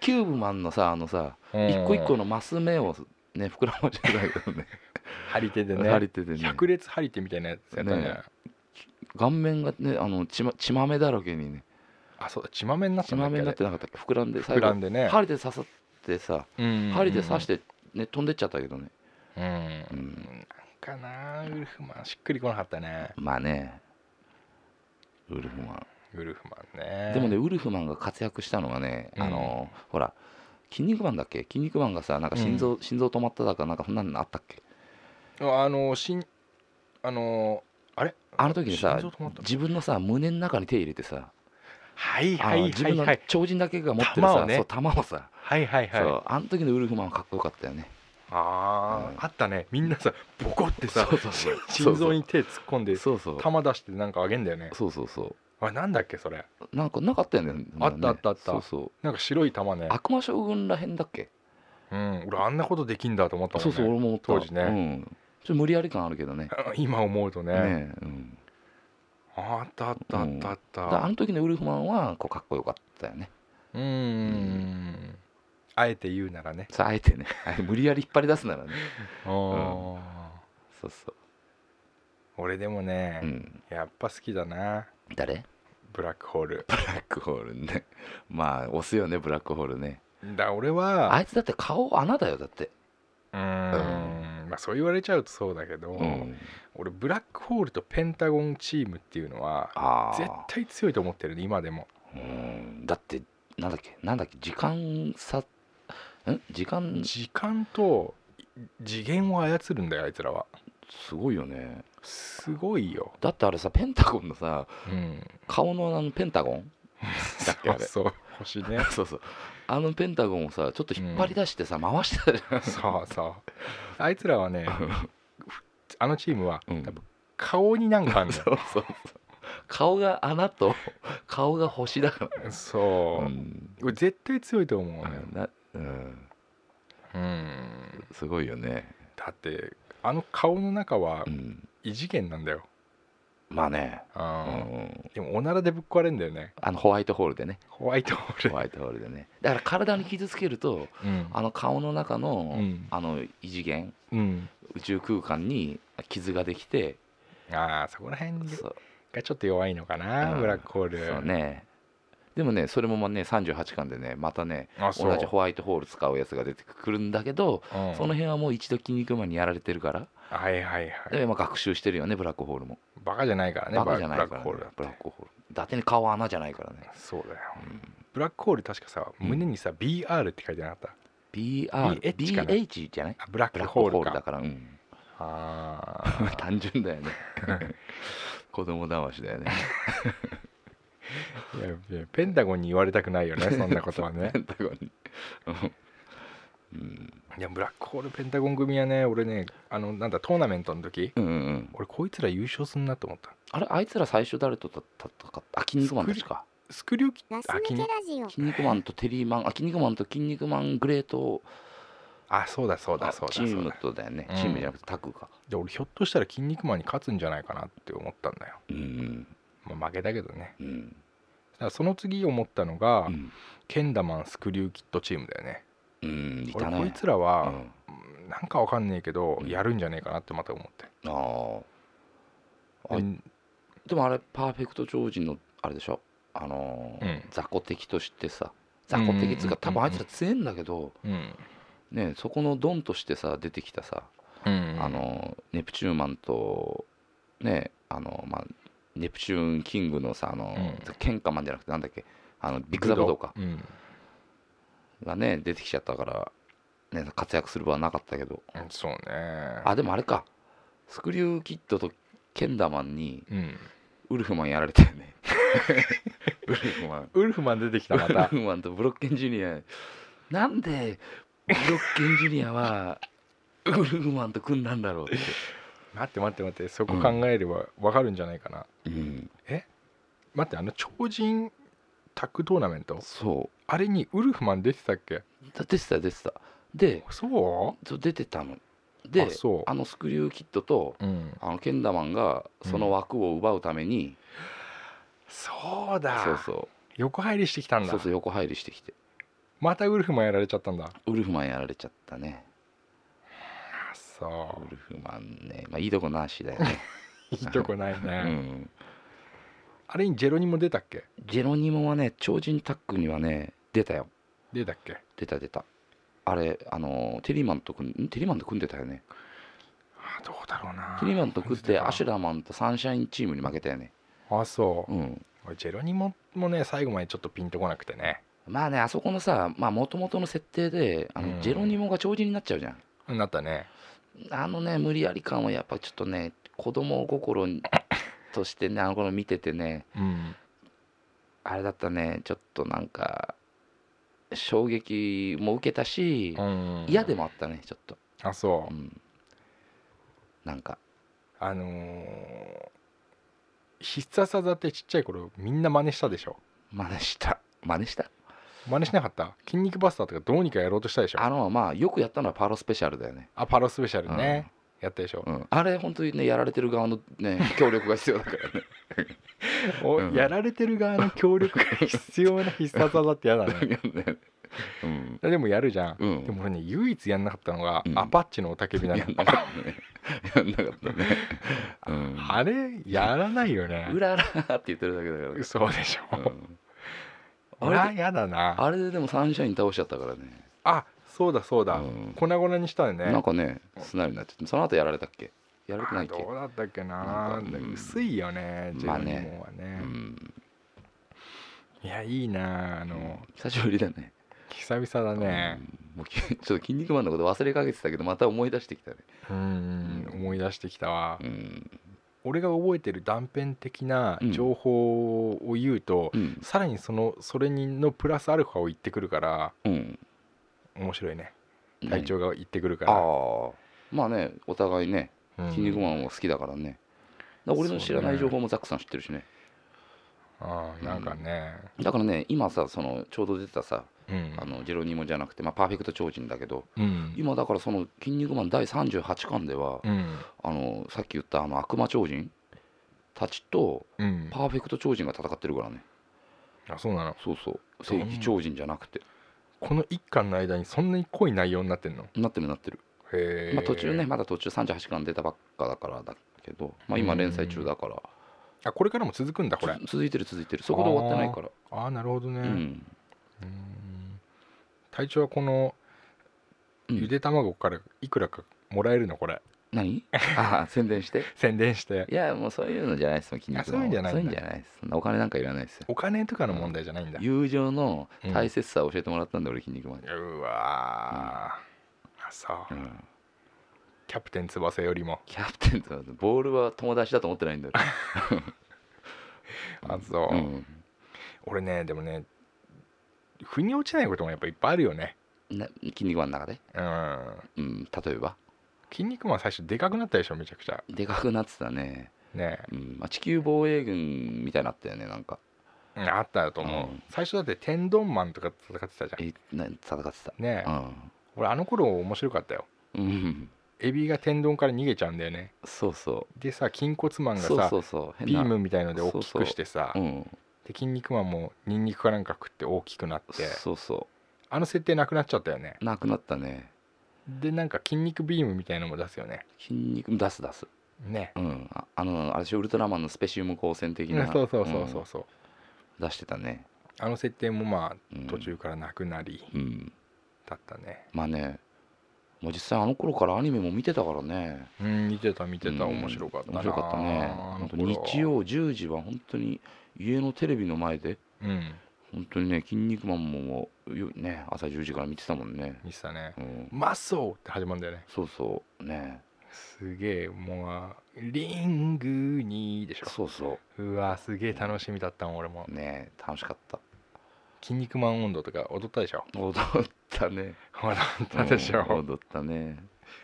キューブマンのさあのさうん一個一個のマス目をね膨らませてないけどね張り手でね張り手でね百列張り手みたいなやつやったねね顔面がねあの血ま血まめだらけにねあそうだ血まめになっ血たんだまっめけあになれってなかったっけ膨らんで膨らんでね針で刺さってさ針で刺しててね飛んでっちゃったけどねうん、う、うんんかなウルフマンしっくりこなかったねまあねウルフマウルフマンねンでもねウルフマンが活躍したのがねあのほら筋肉マンだっけ筋肉マンがさなんか心臓心臓止まっただかなんかそんなのあったっけあのしんあのあれあの時にさ心臓止まった自分のさ胸の中に手入れてさはいあはのい自はい分のはい超人だけが持ってる弾をさねそう弾をさはいはいはいそうあの時のウルフマンはかっこよかったよねあうんーあったねみんなさボコってさそうそうそう心臓に手突っ込んでそうそう玉出してなんかあげんだよねそうそうそあれなんだっけそれうなんかなかったよねあったあったあったそうそうなんか白い玉ね悪魔将軍らへんだっけうん俺あんなことできんだと思ったもんそうねそう俺も思った当時ねうんちょっと無理やり感あるけどねあ今思うとねねうんあったあったあったあっだからあたの時のウルフマンはこうかっこよかったよねうんんあえて言うならねそうあえてね あえて無理やり引っ張り出すならねあーそうそ俺でもねううんやっぱ好きだな誰ブラックホール ブラックホールねまあ押すよねブラックホールねだ俺はあいつだって顔穴だよだってうーんまあそう言われちゃうとそうだけど俺ブラックホールとペンタゴンチームっていうのはああ絶対強いと思ってるね今でもうんだってなんだっけなんだっけ時間差ん時間時間と次元を操るんだよあいつらはすごいよねすごいよだってあれさペンタゴンのさうん顔のあのペンタゴン だっけあれそうそう星ねそうそうあのペンタゴンをさちょっと引っ張り出してさ、回してたじゃんそうそうあいつらはねあのチームは、うん多分顔になんかあんのそようそうそう顔が穴と顔が星だからねそうう、ん俺絶対強いと思うのよなうんうんすごいよね、だってあの顔の中はうん、異次元なんだよ、まあね、ううんん、でもおならでぶっ壊れんだよねあのホワイトホールでねホワイトホール、ホワイトホールでねだから体に傷つけるとうんあの顔の中の、うんあの異次元うん、宇宙空間に傷ができてああそこら辺そうがちょっと弱いのかな、うんブラックホールそうねでもねそれもまあね38巻でねまたねあそう同じホワイトホール使うやつが出てくるんだけど、うんその辺はもう一度筋肉マンにやられてるから、はいはいはいでまあ学習してるよねブラックホールも、バカじゃないからねバカじゃないブラッかクら、ホールだね、ってブラックホール伊達に顔穴じゃないからねそうだよ、ブラックホール確かさ胸にさ、BR って書いてなかった BH かな BRBH じゃないあブラッブクラックホホーールルかだから、うん、あー 単純だよね子供騙しだよね いやいやペンタゴンに言われたくないよ ねそんなことはねペンタゴンにうんいやブラックホールペンタゴン組はね俺ねあのなんだトーナメントの時うんうんうん俺こいつら優勝すんなと思ったあれあいつら最初誰とた戦ったあ筋肉マンたちかスクリューキラスあ抜け筋ラジオ筋肉マンとテリーマンあ筋肉マンと筋肉マングレートあそうだそうだあそうだチそうームだとだよねうんチームじゃなくてタッグかで俺ひょっとしたら「筋肉マン」に勝つんじゃないかなって思ったんだよ、うんまあ、負けたけどねうんうんだからその次思ったのが、うんケンダマンスクリューキッドチームだよねうんい俺たこねいつらうは、んうんなんかわかんねえけど、うんやるんじゃねえかなってまた思って、あーあうんでもあれパーフェクト超人のあれでしょあのーうん雑魚敵としてさ雑魚敵っつうかうん多うんうんうん分あいつら強えんだけどうんねそこのドンとしてさ出てきたさうんあのネプチューンマンとねあのまあネプチューンキングのさあの、うん喧嘩マンじゃなくてなんだっけあのビッグザブドウかうんがね出てきちゃったから、ね、活躍する場はなかったけどそうねあでもあれかスクリューキッドとケンダマンにうんウルフマンやられたよね ウルフ マンウルフマン出てきたまウルたフマンとブロッケンジュニアなんでブロッケンジュニアはウルフマンと組んだんだろうって、待って待って待ってそこ考えればわかるんじゃないかな、うん、待ってあの超人タッグトーナメントそうあれにウルフマン出てたっけだ出てた出てたでそそう出てたのうでああそうのスクリューキッドとうんあのケンダマンがその枠を奪うために、そうだそうそ横入りしてきたんうだそうそう横入りしてきてまたウルフマンやられちゃったんだウルフマンやられちゃったねあそウルフマンねまあいいとこなしだよね、ういいとこな いうね、ん、あれにジェロニも出たっけジェロニモはね超人タッグにはね出たよ出たっけ出た出たあれあのテリーマンと組んんテリーマンと組んでたよねあどうだろうなテリーマンと組ってアシュララマンとサンシャインチームに負けたよねあそう、うん俺ジェロニももね最後までちょっとピンとこなくてねまあねあそこのさまあもともとの設定であうんのジェロニモが超人になっちゃうじゃんなったねあのね無理やり感はやっぱちょっとね子供心にとしてねあの頃見ててねうんあれだったねちょっとなんか衝撃も受けたしうん嫌でもあったねちょっと、、あそううんなんかあのー必殺技ってちっちゃい頃みんな真似したでしょ真似した真似した真似しなかった筋肉バスターとかどうにかやろうとしたでしょあのまあよくやったのはパロスペシャルだよね、あパロスペシャルね、やったでしょう、ん、あれ本当にねやられてる側のね協力が必要だからねおうんやられてる側の協 力が必要な必殺技って嫌だね うん でもやるじゃん、うんでも俺ね唯一やんなかったのが、うんアパッチのおたけびなのやんなかったねやんなかったね、うん、あれやらないよねうららーって言ってるだけだからそうでしょ、うん俺あはれでやだなああれででもサンシャイン倒しちゃったからねそうだそうだ、うん粉々にしたよねなんかね素直になっちゃってその後やられたっけやられてないっあけどうだったっけななんかうん薄いよねジまェあロニねモはね,、うんいやいいなあの久しぶりだね久々だねうんもうき ちょっと「筋肉マン」のこと忘れかけてたけどまた思い出してきたねうんうん思い出してきたわ、うん俺が覚えてる断片的な情報を言うと、うんさらにそのそれにのプラスアルファを言ってくるからうん面白いね何隊長が言ってくるかあらあまあねお互いねう「ん筋肉マン」は好きだからねだから俺の知らない情報もザックさん知ってるしねあーなんかねだからね今さそのちょうど出てたさうんあのジェロニモじゃなくて、まあ、パーフェクト超人だけどうん今だからその「筋肉マン」第38巻では、うんあのさっき言ったあの悪魔超人たちとうんパーフェクト超人が戦ってるからねあそうなのそうそう正義超人じゃなくてこの一巻の間にそんなに濃い内容になってんのなってるなってる、へえ、まあ、途中ねまだ途中38巻出たばっかだからだけど、まあ、今連載中だからあこれからも続くんだこれつ続いてる続いてるそこで終わってないからああなるほどね、うんうん隊長はこのうんゆで卵からいくらかもらえるのこれ 何ああ宣伝して宣伝していやもうそういうのじゃないですもん筋肉あそういうんじゃないんだそういうんじゃないですそんなお金なんかいらないですよお金とかの問題じゃないんだ、友情の大切さを教えてもらったんで、俺筋肉マンに、うわー、あそううん、キャプテン翼よりもキャプテンとボールは友達だと思ってないんだよあそう、うん俺ねでもね腑に落ちないこともやっぱいっぱいあるよねな筋肉マンの中で、うんうん、例えば筋肉マン最初でかくなったでしょめちゃくちゃでかくなってたね、ねうんまあ、地球防衛軍みたいになったよねなんかえうんあったと思う、うん最初だって天丼マンとか戦ってたじゃえな戦ってたんねえ、俺あの頃面白かったようん、うん、エビが天丼から逃げちゃうんだよねそうそでさ筋骨マンうがさそうそうそう変ビなームみたいので大きくしてさうんで筋肉マンもニンニクかなんか食って大きくなってそうそあの設定なくなっちゃったよねうなくなったねでなんか筋肉ビームみたいのも出すよね筋肉出す出すねうんああのあれでしょウルトラマンのスペシウム光線的なそうそうそうそんうそう出してたね、あの設定もまうあん途中からなくなりうんだったねまあねもう実際あの頃からアニメも見てたからねうん見てた見てたうん面白かったな面白かったねあほのんと頃日曜10時は本当に家のテレビの前でうん本当にね「筋肉マンも」よね朝10時から見てたもんね、見てたねうん、マッソーって始まるんだよねそうそうねすげえもうリングにでしょそうそうわすげえ楽しみだったもん俺もうね楽しかった筋肉マン温度とか踊ったでしょ踊ったね踊ったでしうんょ踊ったね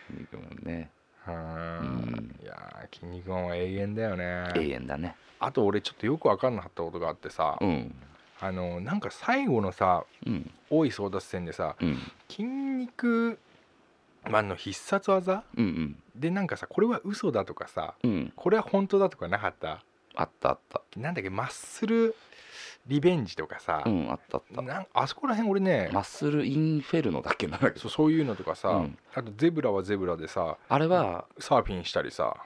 筋肉マンねうんいやー筋肉マンは永遠だよね永遠だねあと俺ちょっとよく分かんなかったことがあってさうんあのなんか最後のさうん大井争奪戦でさうん筋肉マンの必殺技うんうんでなんかさこれは嘘だとかさうんこれは本当だとかなかったあったあったなんだっけマッスルリベンジとかさ、うんあったあったなんあそこら辺俺ねマッスルインフェルノだっけなんだっけそうそういうのとかさ、うんあとゼブラはゼブラでさあれはサーフィンしたりさ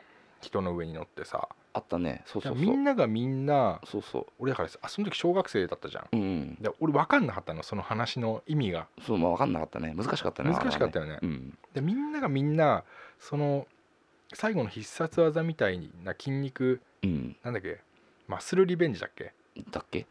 人の上に乗ってさあったねそうそうみそうんながみんなそうそ俺だからあその時小学生だったじゃんううんうんで俺分かんなかったのその話の意味がそうまあ分かんなかったね難しかったね難しかったよよねうんでみんながみんなその最後の必殺技みたいな筋肉うんなんだっけマッスルリベンジだっけだっけ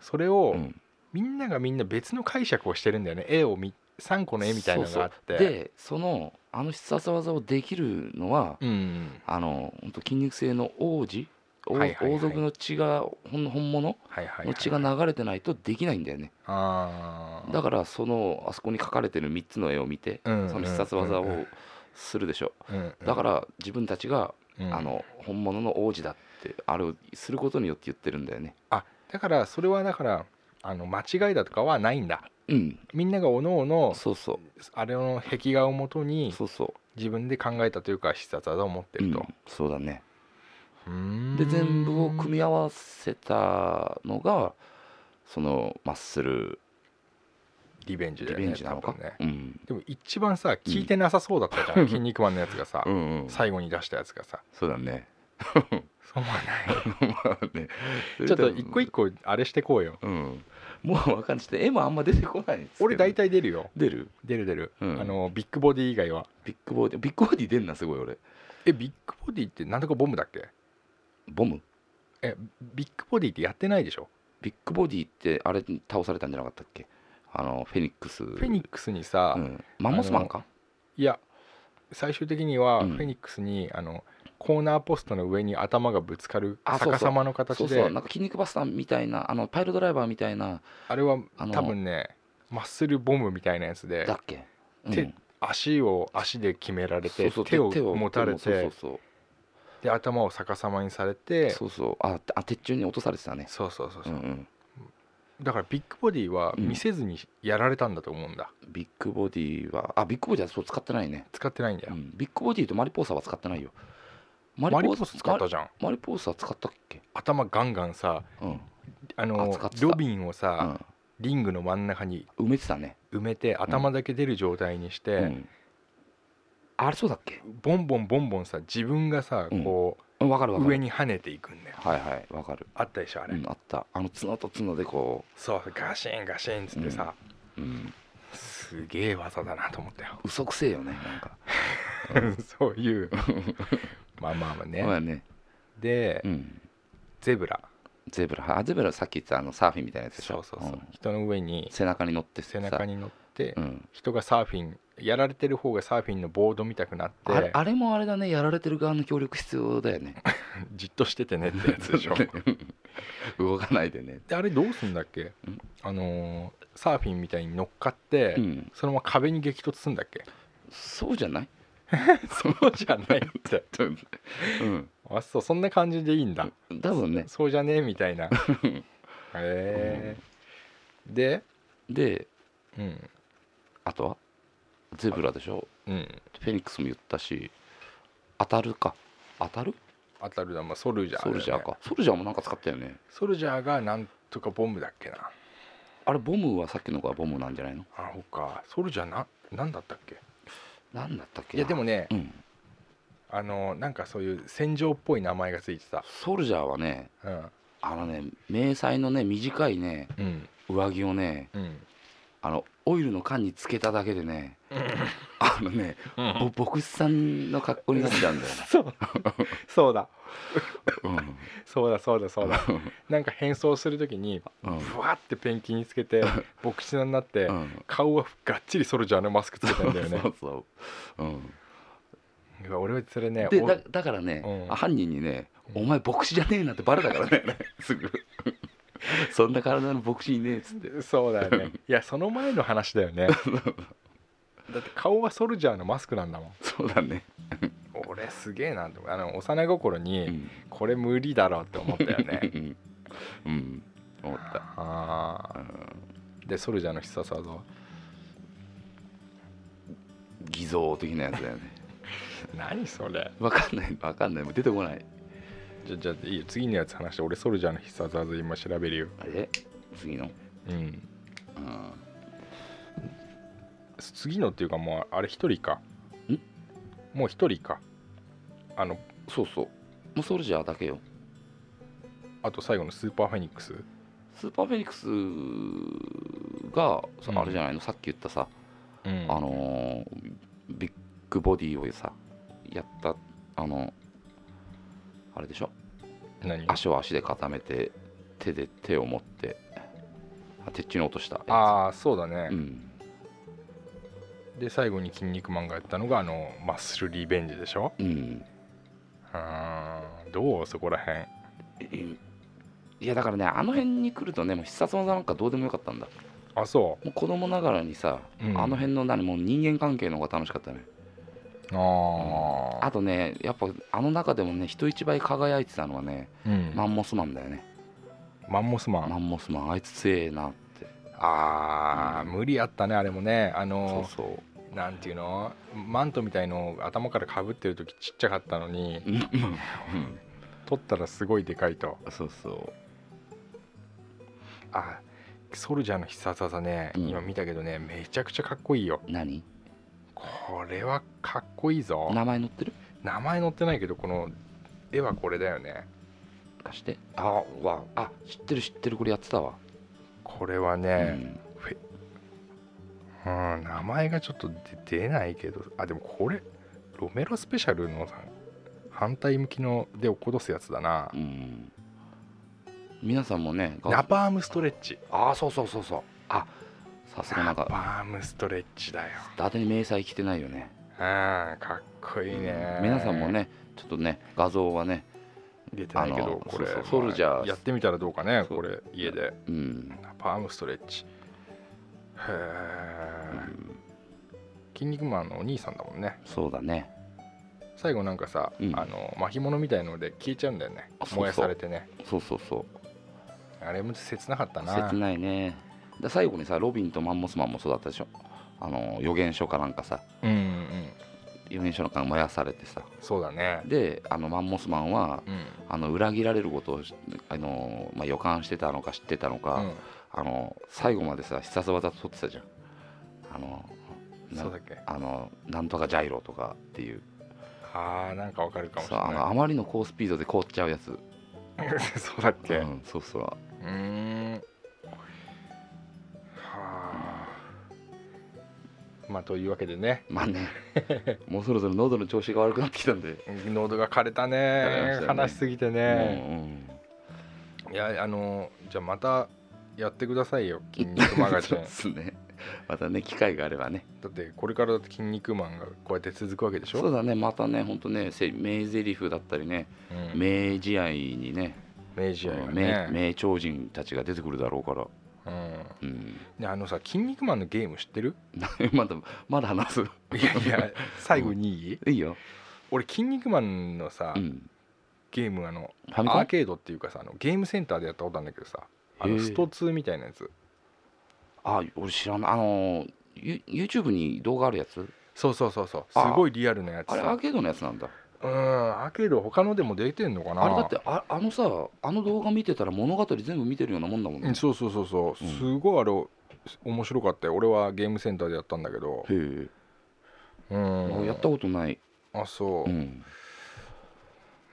それを、うんみんながみんな別の解釈をしてるんだよね絵を見3個の絵みたいなのがあってそうそうでそのあの必殺技をできるのはうんあの本当筋肉性の王子王はいはいはい王族の血がほん本物はいはい、はのい、血が流れてないとできないんだよねあーだからそのあそこに書かれてる3つの絵を見て、うんその必殺技うんうをするでしょ、うんだから自分たちが、うんあの本物の王子だってあれをすることによって言ってるんだよねあだからそれはだからあの間違いだとかはないんだうんみんながおのおのそうそあれの壁画をもとうにそうそ自分で考えたというか必殺技を持ってう、うるんと、、そうだねうーんで全部を組み合わせたのがそのマッスルリベンジリだよねベンジなのか、多分ねうん、でも一番さ聞いてなさそうだったじゃん、うん筋肉マンのやつがさ、うんうん最後に出したやつがさそうだね そう思わないま あねちょっと一個一個あれしてこうようんもうわかんないちょっと絵もあんま出てこないんですけど俺大体出るよ出る出る出る、うんあのビッグボディ以外はビッグボディビッグボディ出んなすごい俺えビッグボディってなんとかボムだっけボムえビッグボディってやってないでしょビッグボディってあれ倒されたんじゃなかったっけあのフェニックスフフェニックスにさ、うん、マンモスマンかいや最終的にはうフんェニックスに、あのコーナーポストの上に頭がぶつかるあそうそう逆さまの形そでうそうなんか筋肉バスターみたいなあのパイロドライバーみたいなあれはあの多分ねマッスルボムみたいなやつでだっけ、うん手足を足で決められてそうそう手を手を持たれてそうそうそうで頭を逆さまにされてそうそうああ鉄柱に落とされてたねそうそうそううそんう、うんだからビッグボディはうん見せずにやられたんだと思うんだ、ビッグボディはあビッグボディはそう使ってないね、使ってないんだうよ、ん、ビッグボディとマリポーサは使ってないよママリポース使ったじゃんマリポーサ使ったっけ頭ガンガンさうん、ああの使ってたロビンをうさ、ん、リングの真ん中に埋めてたね、埋めて頭だけ出る状態にして、うん、あれそうだっけボンボンボンボンさ自分がさうんこうんわかるう、わかる上に跳ねていくんだよはいはいわかるあったでしょあれ、うん、あったあの角と角でこそうガシンガシンっつってさ、う、うん、すげえ技だなと思ったよ、嘘くせえよねなんか そう いうまあまあまあね、まあね、で、うん、ゼブラゼブラあゼブラさっき言ったあのサーフィンみたいなやつでしそょうそうそう、ん人の上に背中に乗って背中に、に乗って、うん、人がサーフィンやられてる方がサーフィンのボードみたくなってあれあれもあれだねやられてる側の協力必要だよね じっとしててねってやつでしょそうだね 動かないでね。であれどうすんだっけんあのーサーフィンみたいに乗っかって、うん、そのまま壁に激突すんだっけそうじゃない そうじゃないんだようん、 あそうそんな感じでいいんだ、多分ね。そうじゃねえみたい なへえでで、うんあとはゼブラでしょ。うんフェニックスも言ったし、当たるか。当たる当たるだまあソルジャーだソよね、ルジャーか。ソルジャーもなんか使ったよね。ソルジャーがなんとかボムだっけなあれ、ボムはさっきのがボムなんじゃないのあほかソルジャーななんだったっけなんだったっけいやでもね、ねうん、あのなんかそういう戦場っぽい名前がついてたソルジャーはね、うんあのね、迷彩のね、短いね、うん上着をね、うん。あのオイルの缶につけただけでね、あのね、ぼ牧師さんの格好になっちゃうんだよねそうそうだうん そうだそうだそうだなんか変装するときにうんぶわってペンキにつけて牧師になってうん顔はがっちりソルジャーのマスクつけたんだよね そうそう、うん、うわ俺はそれねでおだだからね、うんあ犯人にね「うんお前牧師じゃねえな」ってバレたからね すぐ「そんな体の牧師いねえ」っつってそうだよねいやその前の話だよ ねだって顔はソルジャーのマスクなんだもんそうだね、俺すげえなってあの幼い心うにんこれ無理だろうって思ったようねん、 うん、思った、あうん、ーでソルジャーの必殺技は偽造的なやつだよね何それわかんないわかんないもう出てこないじゃじゃあいいよ次のやつ話して俺ソルジャーの必殺技今調べるよあれ次の、うんうん、次のっていうかもうあれ一人かんもう一人かあのそうそうもうソルジャーだけよあと最後のスーパーフェニックススーパーフェニックスがそうんあれじゃないの、さっき言ったさ、うんあのービッグボディをさやったあのあれでしょ何足を足で固めて手で手を持ってあ鉄柱に落としたやつああそうだね、うんで最後に「筋肉マン」がやったのがあのマッスルリベンジでしょうんうーんどうそこら辺いやだからねあの辺に来るとねもう必殺技なんかどうでもよかったんだあそもう子供ながらにさ、う、うんあの辺の何もう人間関係の方が楽しかったねあーあとねやっぱあの中でもね人一倍輝いてたのはねうんマンモスマンだよねマンモスマンマンモスマンあいつ強えなってあー無理あったねあれもねあそうのそなんていうのマントみたいのを頭からかぶってる時ちっちゃかったのにううんうん取ったらすごいでかいとそうそうあソルジャーの必殺技ね、うん今見たけどねめちゃくちゃかっこいいよ何これはかっこいいぞ名前載ってる名前載ってないけどこの絵はこれだよね貸してあわあ知ってる知ってるこれやってたわ、これはうね、ん、うん、名前がちょっと出出ないけどあでもこれロメロスペシャルのさ反対向きので落っことすやつだなう、ん、皆さんもねナパームストレッチああそうそうそうそうあさすがなナんかパームストレッチだよ伊達に迷彩着てないよねうんかっこいいね皆さんもねちょっとね画像はね出てないけあどのこれそうそうソルジャーまあやってみたらどうかねそうこれ家でうん、ナパームストレッチへうえん筋肉マンのお兄さんだもんねそうだね最後なんかさ、うんあの巻物みたいので消えちゃうんだよねあそうそう燃やされてねそうそうそうあれも切なかったな切ないねで最後にさロビンとマンモスマンもそうだったでしょあの予言書かなんかさうんうん予言書なんか燃やされてさそうだねであのマンモスマンはうんあの裏切られることをしあの、まあ、予感してたのか知ってたのか、うんあの最後までさ必殺技取ってたじゃんあのなそうだっけあのなんとかジャイロとかっていうあーなんかわかるかもしれそうあのあまりの高スピードで凍っちゃうやつ、ない そうだっけう、うんそうそうーんはあまあというわけでねまあねもうそろそろ喉の調子が悪くなってきたんで、喉が枯れた枯れねましたね話しすぎてね、いやあのじゃあまたやってくださいよ「筋肉マガジそンう」ですねまたね機会があればねだってこれからだって「筋肉マン」がこうやって続くわけでしょそうだねまたねほんとねせ名台詞だったりねうん名試合にね明治愛が名ね、名超人たちが出てくるだろうから、うん、うん、 であのさ「筋肉マン」のゲーム知ってるまだまだ話すいやいや最後にいい、 いいよ、俺「筋肉マン」のさ、うん、ゲームあのファミコアンーケードっていうかさあのゲームセンターでやったことあるんだけどさあへのえスト2みたいなやつあ俺知らないあのーユ YouTube に動画あるやつそうそうそうそうすあごいリアルなやつあれアさーケードのやつなんだうんアーケード他のでも出てんのかなあれだってああのさあの動画見てたら物語全部見てるようなもんだもんうねんそうそうそうそううんすごいあれ面白かったよ俺はゲームセンターでやったんだけどへえ、うんやったことない、、あそううん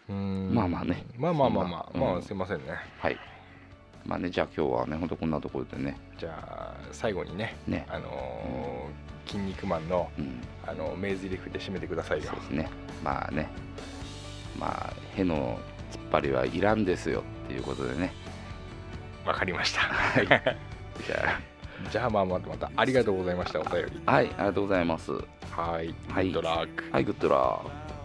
うんまあまあねまあまあまあまあそんなまうあんすいませんねはいまあねじゃあ今日はねほんとこんなところでねじゃあ最後にねねあのー筋肉マンのうんあの名台詞で締めてくださいよそうですねまあねまあへの突っ張りはいらんですよっていうことでねわかりましたじゃ じゃあまあまたまたありがとうございましたお便りあはいありがとうございますははいいグッドラックいグッドラー